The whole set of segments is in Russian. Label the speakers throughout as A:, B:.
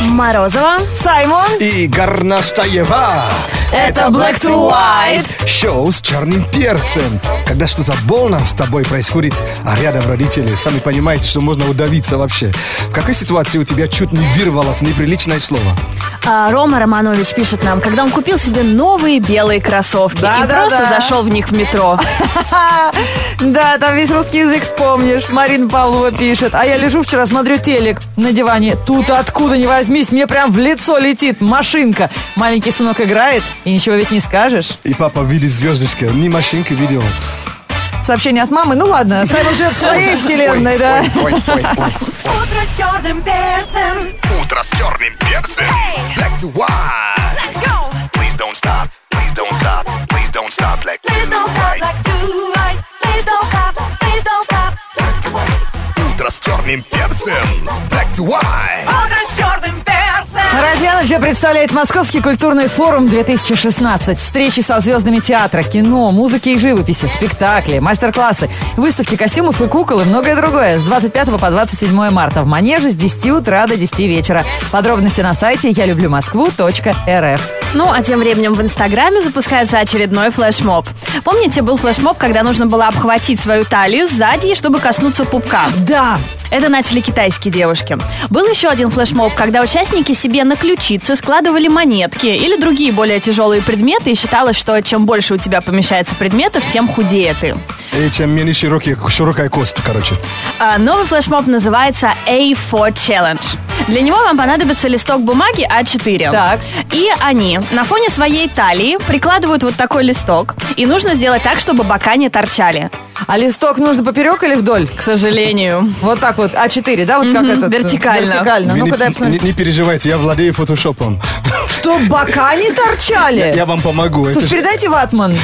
A: Морозова.
B: Саймон.
C: И Горнаштаева.
A: Это Black to White.
C: Шоу с черным перцем. Когда что-то больно с тобой происходит, а рядом родители, сами понимаете, что можно удавиться вообще. В какой ситуации у тебя чуть не вырвалось неприличное слово?
A: А, Рома Романович пишет нам, когда он купил себе новые белые кроссовки
B: Да,
A: и
B: да,
A: просто
B: да.
A: зашел в них в метро.
B: Да, там весь русский язык вспомнишь. Марина Павлова пишет. А я лежу вчера, смотрю телек на диване. Тут откуда не возьмись, мне прям в лицо летит машинка. Маленький сынок играет, и ничего ведь не скажешь.
C: И папа видит звездочки, не машинки видел.
B: Сообщение от мамы. Ну ладно, Саймон живет в своей
A: Ну
B: вселенной, да.
C: Ой, ой, ой.
D: Утро с черным перцем.
E: Утро с черным перцем. Black to white.
D: Let's go.
E: Please don't stop. Please don't stop. Please don't stop. Black to
D: Please don't stop
E: white.
D: like do right. Please don't stop. Please don't stop.
E: Утро с черным перцем. Black to white.
D: Утро с черным перцем.
B: Радио представляет Московский культурный форум 2016. Встречи со звездами театра, кино, музыки и живописи, спектакли, мастер-классы, выставки костюмов и кукол и многое другое с 25 по 27 марта в Манеже с 10 утра до 10 вечера. Подробности на сайте я люблю Москву.рф.
A: Ну, а тем временем в Инстаграме запускается очередной флешмоб. Помните, был флешмоб, когда нужно было обхватить свою талию сзади, чтобы коснуться пупка?
B: Да,
A: Это начали китайские девушки. Был еще один флешмоб, когда участники себе на ключицы складывали монетки или другие более тяжелые предметы, и считалось, что чем больше у тебя помещается предметов, тем худее ты.
C: И чем менее широкие, широкая кость, короче.
A: А, Новый флешмоб называется A4 Challenge. Для него вам понадобится листок бумаги А4.
B: Так.
A: И они на фоне своей талии прикладывают вот такой листок. И нужно сделать так, чтобы бока не торчали.
B: а листок нужно поперек или вдоль?
A: К сожалению.
B: Вот так вот, А4, да, вот как
A: Мгм,
B: это?
A: вертикально.
B: Вертикально.
C: Вы
B: Ну-ка,
C: не,
B: дай я посмотрю.
C: не- не переживайте, я владею фотошопом.
B: Что, бока не торчали?
C: Я вам помогу. Это
B: Э. Слушай,
C: ж-
B: передайте ватман.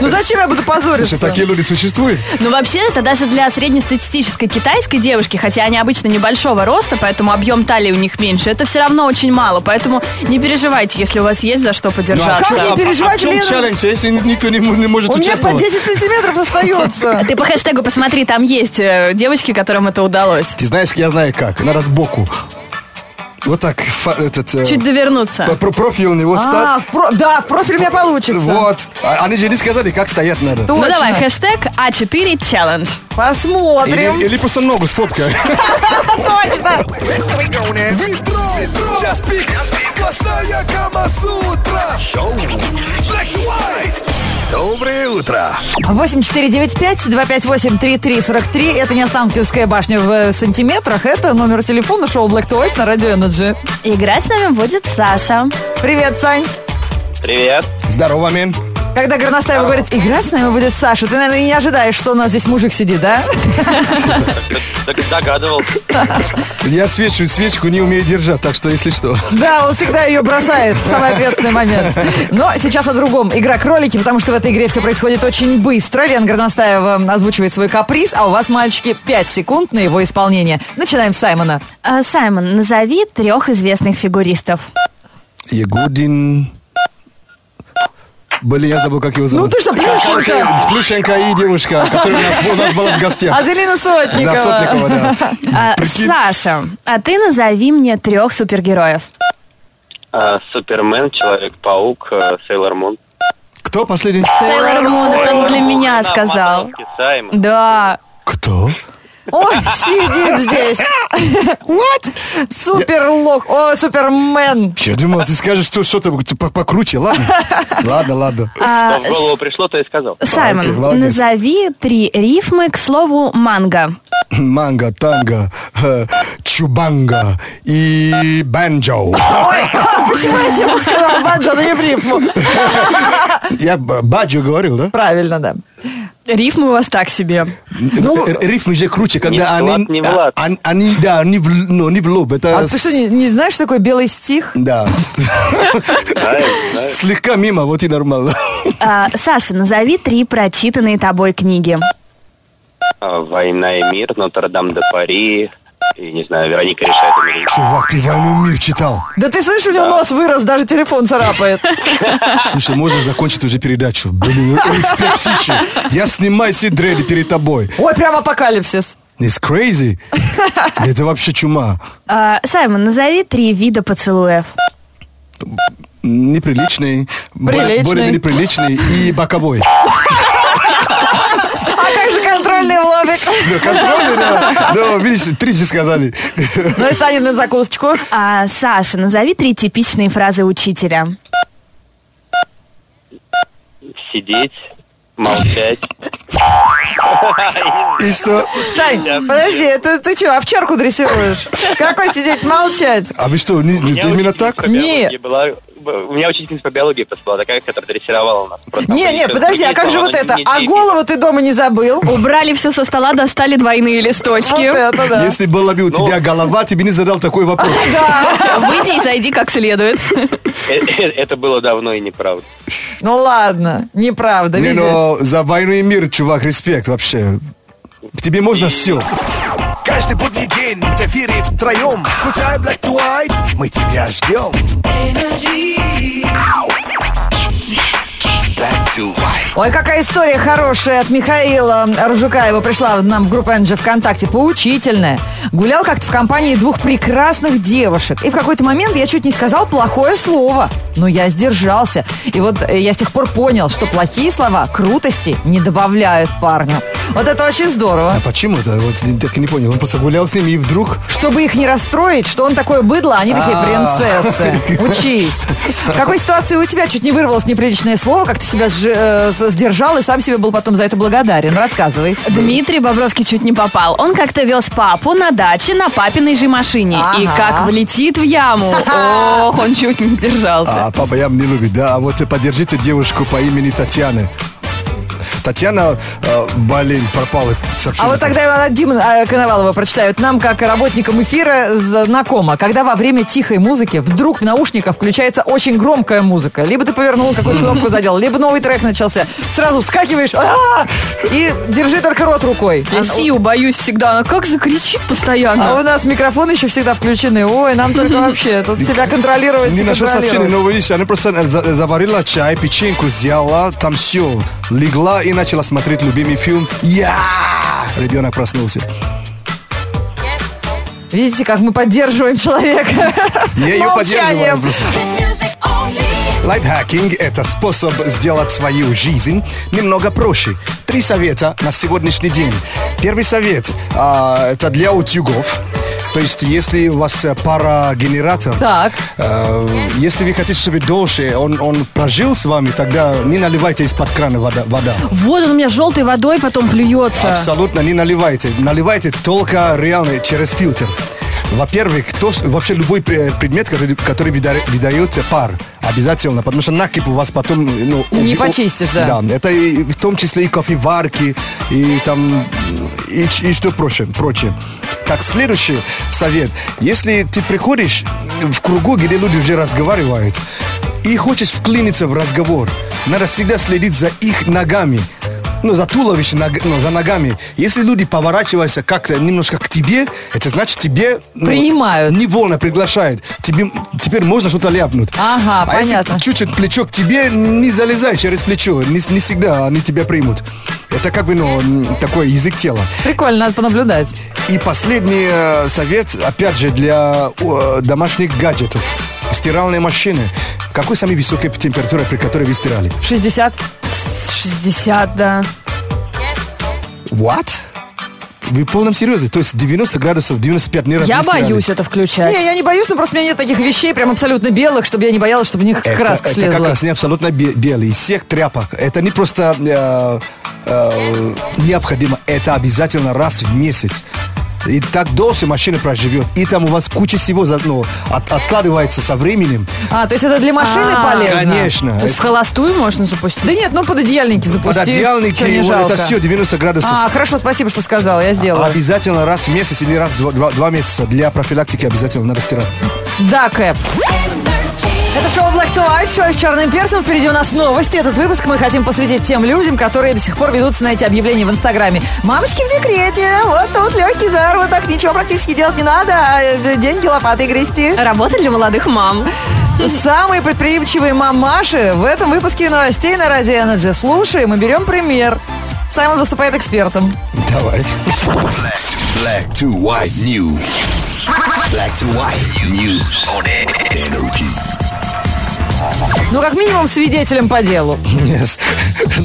B: Ну зачем я буду позориться?
C: что, такие люди существуют?
A: Ну, вообще, это даже для среднестатистической китайской девушки, хотя они обычно небольшого роста, поэтому объем талии у них меньше, это все равно очень мало. Поэтому не переживайте, если у вас есть за что подержаться.
B: как не
C: а-
B: переживать,
C: а в чем
B: Лена?
C: челлендж, если ни- никто не, м- не может
B: У меня по
C: участвовать?
B: 10 сантиметров остается.
A: Ты по хэштегу посмотри, там есть э, девочки, которым это удалось.
C: Ты знаешь, я знаю как. Надо сбоку. Вот так, фа- этот... э,
A: Чуть довернуться.
C: по- про- профильный, вот
B: А,
C: стать.
B: в про- да, в профиль у меня получится.
C: Вот. А- Они же не сказали, как стоять надо.
A: Ну
B: Точно.
A: давай, хэштег А А4 челлендж.
C: Или,
B: Посмотрим.
C: или просто ногу сфоткай.
B: Точно.
E: Just speak. Сплошная Камасутра. Шоу. Black to white. Доброе утро.
B: 8495-258-3343. Это не Останкинская башня в э, сантиметрах. Это номер телефона шоу Black to White на Радио Energy.
A: Играть с нами будет Саша.
B: Привет, Сань.
F: Привет.
C: Здорово, мен.
B: Когда Горностаева говорит, играть с нами будет Саша, ты, наверное, не ожидаешь, что у нас здесь мужик сидит, да?
F: Так догадывался.
C: Я свечу, свечку не умею держать, так что, если что.
B: Да, он всегда ее бросает в самый ответственный момент. Но сейчас о другом. Игра кролики, потому что в этой игре все происходит очень быстро. Лен Горностаева озвучивает свой каприз, а у вас, мальчики, 5 секунд на его исполнение. Начинаем с Саймона.
A: А, Саймон, назови трех известных фигуристов.
C: Ягудин. Блин, я забыл, как его зовут.
B: Ну ты что, Плющенко?
C: Плющенко и девушка, которая у нас, у нас была в гостях.
B: Аделина Сотникова.
C: Да, Сотникова, да.
A: А,
C: Прикинь.
A: Саша, а ты назови мне трех супергероев.
F: А, Супермен, Человек-паук, э, Сейлор Мун.
C: Кто последний?
A: Сейлор Мун, это он для меня
F: Она
A: сказал.
F: Мановский, Саймон.
A: Да.
C: Кто?
B: Ой, сидит здесь. What? Суперлох. О, Супермен.
C: Я думал, ты скажешь что- что-то по- покруче, ладно? Ладно, ладно.
A: А,
F: Что в голову пришло, то и сказал.
C: Окей,
A: Саймон,
C: молодец.
A: назови три рифмы к слову манго.
C: Манго, танго, э, чубанга и банджо.
B: Почему я тебе сказал банджо, но не в рифму?
C: Я б- баджо говорил, да?
B: Правильно, да.
A: Рифмы у вас так себе.
C: Ну, рифмы же круче, когда
F: Влад,
C: они...
F: не Влад.
C: а- они- Они, да, они в, л- ну, не в лоб. Это
B: А ты
C: с-
B: что, не, не знаешь, что такое белый стих?
C: Да.
F: Знаю, знаю.
C: Слегка мимо, вот и нормально.
A: А, Саша, назови три прочитанные тобой книги.
F: А, Война и мир, Нотр-Дам де Пари. И, не знаю, Вероника решает умереть.
C: Чувак, ты «Войну и мир» читал.
B: Да ты слышишь, у него нос вырос, даже телефон царапает.
C: Слушай, можно закончить уже ну, передачу? Блин, респектище. Я снимаю все дреды перед тобой.
B: Ой, прям апокалипсис.
C: It's crazy. Это вообще чума.
A: А, Саймон, назови три вида поцелуев.
C: Неприличный, бо-
B: Приличный.
C: более неприличный и боковой.
B: А как же контрольный в лобик?
C: Да, Ну, контрольный, да. Но, видишь, три же сказали.
B: Ну и Саня на закусочку.
A: А, Саша, назови три типичные фразы учителя.
F: Сидеть, молчать.
C: И что?
B: Сань, подожди, ты, ты чего, овчарку дрессируешь? Какой сидеть молчать?
C: А вы что, не-
F: У
C: не-
F: меня
C: именно
F: учительница
C: так?
F: по биологии
B: Нет.
F: была- У меня учительница по биологии просто была такая, которая дрессировала нас. Просто
B: Не, не,
F: обычно
B: подожди, а как же
F: она
B: вот
F: не- типа.
B: это?
F: не
B: А
F: двигает.
B: голову ты дома не забыл? Вот
A: Убрали все со стола, достали двойные листочки.
B: это да.
C: Если была бы у
F: Ну.
C: тебя голова, тебе не задал такой вопрос.
A: Выйди и зайди как следует.
F: Э, э, Это было давно и неправда.
B: Ну ладно, неправда,
C: Не,
B: видишь?
C: но за войну и мир, чувак, респект вообще. К Тебе можно все.
E: Каждый будний день в эфире втроем. Включай Black to White. Мы тебя ждем. Ау. Black to White.
B: Ой, какая история хорошая от Михаила Ржукаева пришла нам в группу NG ВКонтакте, поучительная. Гулял как-то в компании двух прекрасных девушек. И в какой-то момент я чуть не сказал плохое слово, но я сдержался. И вот э, я с тех пор понял, что плохие слова крутости не добавляют парню. Вот это очень здорово.
C: А почему-то, вот так и не понял. Он просто гулял с ними и вдруг...
B: Чтобы их не расстроить, что он такое быдло, а они такие принцессы. Учись. В какой ситуации у тебя чуть не вырвалось неприличное слово, как ты себя сжи- э, с- сдержал и сам себе был потом за это благодарен? Рассказывай.
A: Дмитрий Бобровский чуть не попал. Он как-то вез папу на даче на папиной же машине. И
B: Ага.
A: как влетит в яму. Ох, он чуть не сдержался.
C: А папа я не любит, да. А вот поддержите девушку по имени Татьяны. Татьяна, э, блин, пропала.
B: А
C: сообщение.
B: вот тогда Ивана Дима э, Коновалова прочитают нам, как работникам эфира, знакомо, когда во время тихой музыки вдруг в наушниках включается очень громкая музыка. Либо ты повернул, какую-то кнопку задел, либо новый трек начался. Сразу вскакиваешь «А-а-а!» и держи только рот рукой.
A: Я Сию боюсь всегда. Она как закричит постоянно.
B: ну. А у нас микрофоны еще всегда включены. Ой, нам только вообще тут себя контролировать
C: Не
B: и
C: нашел сообщение,
B: контролировать.
C: но видишь, она просто э, за- заварила чай, печеньку взяла, там все. Легла и начала смотреть любимый фильм. Я! Ребенок проснулся.
B: Видите, как мы поддерживаем человека.
C: Я ее
B: Молчанием.
C: поддерживаю. Лайфхакинг – это способ сделать свою жизнь немного проще. Три совета на сегодняшний день. Первый совет а, это для утюгов. То есть, если у вас э, пара генератор,
B: Так.
C: э, если вы хотите, чтобы дольше он, он прожил с вами, тогда не наливайте из-под крана вода. вода.
A: Вот он у меня желтой водой потом плюется.
C: Абсолютно не наливайте. Наливайте только реально через фильтр. Во-первых, то, что- вообще любой пре- предмет, который, который выда- выдает пар, обязательно, потому что накип у вас потом... ну,
B: Не
C: уби-
B: почистишь, да.
C: Да, это и- в том числе и кофеварки, и там, и, ч- и что прочее, прочее. Так, следующий совет. Если ты приходишь в кругу, где люди уже разговаривают, и хочешь вклиниться в разговор, надо всегда следить за их ногами. Ну, за туловище, ног- ну, за ногами. Если люди поворачиваются как-то немножко к тебе, это значит тебе... ну,
B: Принимают.
C: Невольно приглашают. Тебе теперь можно что-то ляпнуть.
B: Ага,
C: А если
B: понятно.
C: чуть-чуть плечо к тебе, не залезай через плечо. Не, не всегда они тебя примут. Это как бы, ну, м, такой язык тела.
B: Прикольно, надо понаблюдать.
C: И последний э, совет, опять же, для э, домашних гаджетов. Стиральные машины. Какой самый высокая температура, при которой вы стирали?
B: 60.
A: 60, да.
C: What? Вы в полном серьезе? То есть 90 градусов, 95 ни разу
A: Я
C: не стирали?
A: боюсь это включать.
B: Не, я не боюсь, но просто у меня нет таких вещей прям абсолютно белых, чтобы я не боялась, чтобы у них
C: Это,
B: краска
C: это
B: слезла.
C: как раз не абсолютно бе- белый. Из всех тряпок. Это не просто э, э, необходимо. Это обязательно раз в месяц. И так дольше машина проживет. И там у вас куча всего заодно от- откладывается со временем.
B: А, то есть это для машины
A: А,
B: полезно?
C: Конечно.
A: То есть в холостую можно запустить?
B: Да нет, ну под одеяльники запусти.
C: Пододеяльники,
B: Чё не
C: вот
B: жалко.
C: это А, все 90 градусов.
B: А, хорошо, спасибо, что сказала, я сделала.
C: Обязательно раз в месяц или раз в два, два- два месяца для профилактики обязательно надо стирать.
B: Да, Кэп. Это шоу Black to White, шоу с черным перцем. Впереди у нас новости. Этот выпуск мы хотим посвятить тем людям, которые до сих пор ведутся на эти объявления в Инстаграме. Мамочки в декрете, вот тут легкий заработок, ничего практически делать не надо, а э, деньги лопатой грести.
A: Работа для молодых мам.
B: Самые предприимчивые мамаши в этом выпуске новостей на Радио Energy. Слушаем и берем пример. Саймон выступает экспертом.
C: Давай.
E: Black to, black to white news. Black to white news on E- energy.
B: Ну, как минимум, свидетелем по делу.
C: Yes.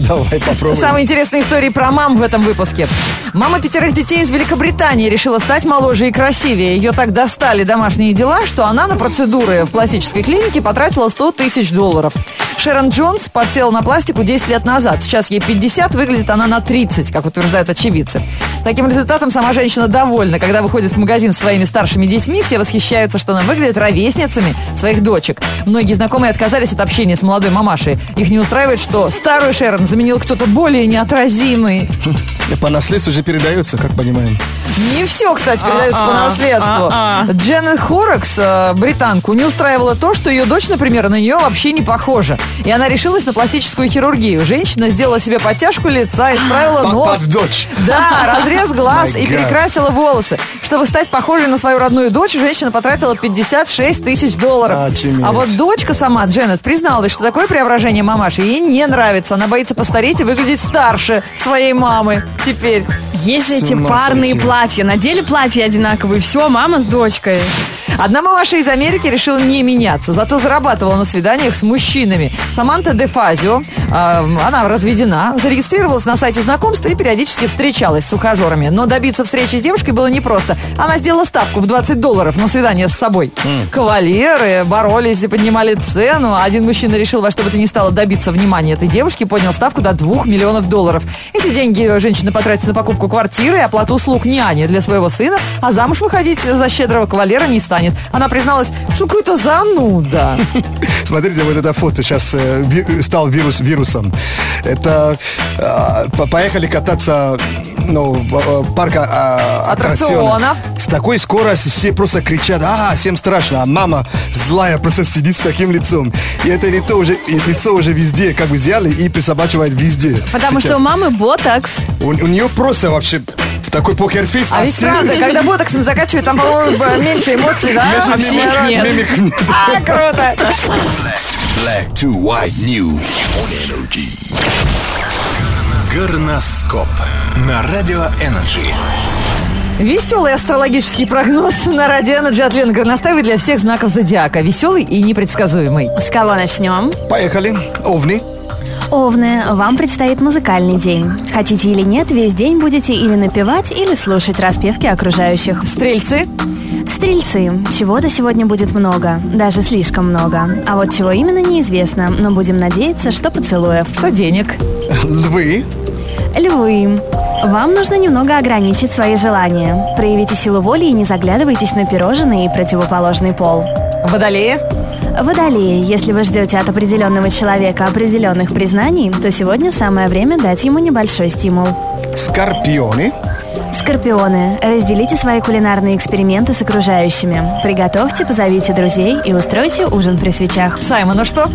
C: Давай попробуем.
B: Самые интересные истории про мам в этом выпуске. Мама пятерых детей из Великобритании решила стать моложе и красивее. Ее так достали домашние дела, что она на процедуры в пластической клинике потратила 100 тысяч долларов. Шерон Джонс подсела на пластику 10 лет назад. Сейчас ей 50, выглядит она на 30, как утверждают очевидцы. Таким результатом сама женщина довольна. Когда выходит в магазин с своими старшими детьми, все восхищаются, что она выглядит ровесницами своих дочек. Многие знакомые отказались от общения с молодой мамашей. Их не устраивает, что старую Шерон заменил кто-то более неотразимый.
C: По наследству же передается, как понимаем.
B: Не все, кстати, передается по наследству. Дженнет Хоракс, э, британку, не устраивало то, что ее дочь, например, на нее вообще не похожа. И она решилась на пластическую хирургию. Женщина сделала себе подтяжку лица, исправила
C: Под,
B: нос.
C: под дочь.
B: Да, разрез глаз
C: My
B: и
C: God.
B: перекрасила волосы. Чтобы стать похожей на свою родную дочь, женщина потратила 56 тысяч долларов.
C: Очуметь.
B: А вот дочка сама, Дженнет, призналась, что такое преображение мамаши ей не нравится. Она боится постареть и выглядеть старше своей мамы теперь.
A: Есть же
C: С
A: эти
C: ума
A: парные
C: сойти.
A: платья. Надели платья одинаковые. Все, мама с дочкой.
B: Одна мамаша из Америки решила не меняться, зато зарабатывала на свиданиях с мужчинами. Саманта Дефазио, э, она разведена, зарегистрировалась на сайте знакомства и периодически встречалась с ухажерами. Но добиться встречи с девушкой было непросто. Она сделала ставку в 20 долларов на свидание с собой. Кавалеры боролись и поднимали цену. Один мужчина решил во что бы то ни стало добиться внимания этой девушки, поднял ставку до 2 миллионов долларов. Эти деньги женщина потратит на покупку квартиры и оплату услуг няни для своего сына, а замуж выходить за щедрого кавалера не станет. Она призналась, что какой-то зануда.
C: Смотрите, вот это фото сейчас э, ви- стал вирус вирусом. Это э, по- поехали кататься ну, в э, парк а,
B: Аттракционов.
C: С такой скоростью все просто кричат, а, всем страшно, а мама злая просто сидит с таким лицом. И это лицо уже, и лицо уже везде, как бы взяли и присобачивает везде.
A: Потому
C: Сейчас.
A: что у мамы ботокс.
C: у, у нее просто вообще такой покерфейс.
B: А ведь
C: все-
B: правда, когда ботоксом закачивают, там, по-моему, б- меньше эмоций, да?
C: Конечно,
B: Вообще
A: мимик
B: не
A: нет.
C: мимик нет.
B: А, круто.
E: Black to, black to white news on energy.
G: Горноскоп на Радио Энерджи.
B: Веселый астрологический прогноз на Радио Энерджи от Лены Горностаевой для всех знаков зодиака. Веселый и непредсказуемый.
A: С кого начнем?
C: Поехали, овны.
A: Овны, вам предстоит музыкальный день. Хотите или нет, весь день будете или напевать, или слушать распевки окружающих.
B: Стрельцы,
A: Стрельцы, чего-то сегодня будет много, даже слишком много. А вот чего именно неизвестно, но будем надеяться, что поцелуев.
B: что денег.
C: Львы.
A: Львы, вам нужно немного ограничить свои желания. Проявите силу воли и не заглядывайтесь на пирожные и противоположный пол.
B: Водолеи,
A: Водолеи, если вы ждете от определенного человека определенных признаний, то сегодня самое время дать ему небольшой стимул.
C: Скорпионы.
A: Скорпионы, разделите свои кулинарные эксперименты с окружающими. Приготовьте, позовите друзей и устройте ужин при свечах.
B: Саймону что?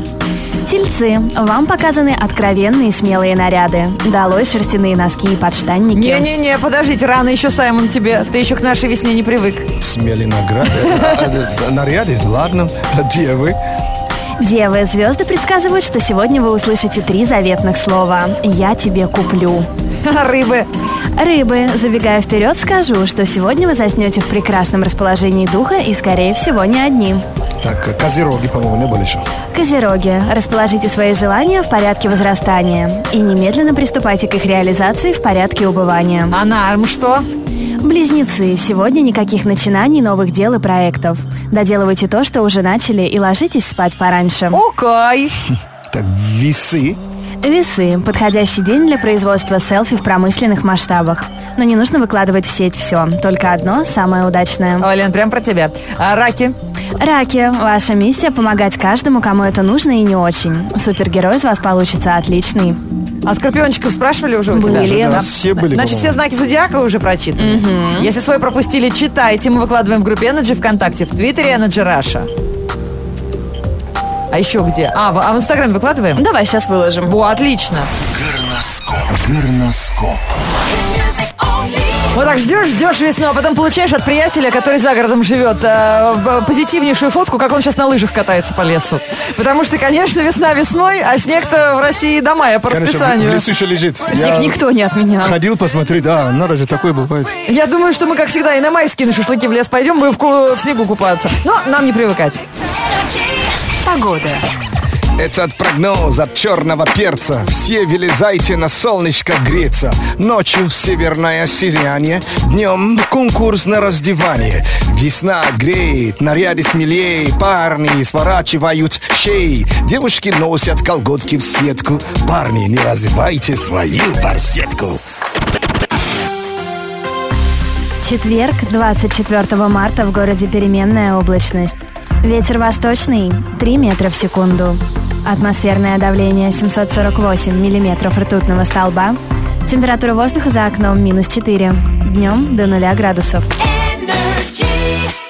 A: Тельцы, вам показаны откровенные смелые наряды. Долой шерстяные носки и подштанники.
B: Не-не-не, подождите, рано еще, Саймон, тебе. Ты еще к нашей весне не привык.
C: Смели награды. А, э, Наряды, ладно. Девы.
A: Девы, звезды предсказывают, что сегодня вы услышите три заветных слова «Я тебе куплю».
B: Рыбы.
A: Рыбы, забегая вперед, скажу, что сегодня вы заснете в прекрасном расположении духа и, скорее всего, не одни.
C: Так, козероги, по-моему, не были еще.
A: Козероги, расположите свои желания в порядке возрастания и немедленно приступайте к их реализации в порядке убывания.
B: А нам что?
A: Близнецы, сегодня никаких начинаний, новых дел и проектов. Доделывайте то, что уже начали, и ложитесь спать пораньше.
B: Окай.
C: Так, весы.
A: Весы. Подходящий день для производства селфи в промышленных масштабах. Но не нужно выкладывать в сеть все. Только одно самое удачное.
B: Ой, Лен, прям про тебя. А, раки.
A: Раки. Ваша миссия – помогать каждому, кому это нужно и не очень. Супергерой из вас получится отличный.
B: А скорпиончиков спрашивали уже у
A: Были.
B: тебя?
A: Да,
C: все были,
B: Значит,
C: по-моему.
B: все знаки зодиака уже прочитаны. Если свой пропустили, читайте. Мы выкладываем в группе Energy ВКонтакте, в Твиттере Energy Раша. А еще где? А, в, а в Инстаграме выкладываем?
A: Давай сейчас выложим.
B: Во, отлично.
G: Горноскоп. Горноскоп.
D: Music only.
B: Вот так ждешь, ждешь весну, а потом получаешь от приятеля, который за городом живет, э, б- позитивнейшую фотку, как он сейчас на лыжах катается по лесу. Потому что, конечно, весна весной, а снег-то в России до мая по
C: Конечно, в- в
B: расписанию.
C: лесу еще лежит.
A: Снег никто не отменял.
C: ходил посмотреть, а, надо же, такое бывает.
B: Я думаю, что мы, как всегда, и на майские на шашлыки в лес пойдем, мы в, ку- в снегу купаться. Но нам не привыкать.
C: Этот прогноз от черного перца. Все вылезайте на солнышко греться. Ночью северное сияние, днем конкурс на раздевание. Весна греет, наряды смелее, парни сворачивают шеи. Девушки носят колготки в сетку. Парни, не развивайте свою барсетку.
H: Четверг, 24 марта в городе переменная облачность. Ветер восточный 3 метра в секунду. Атмосферное давление 748 миллиметров ртутного столба. Температура воздуха за окном минус 4. Днем до 0 градусов.
D: Energy.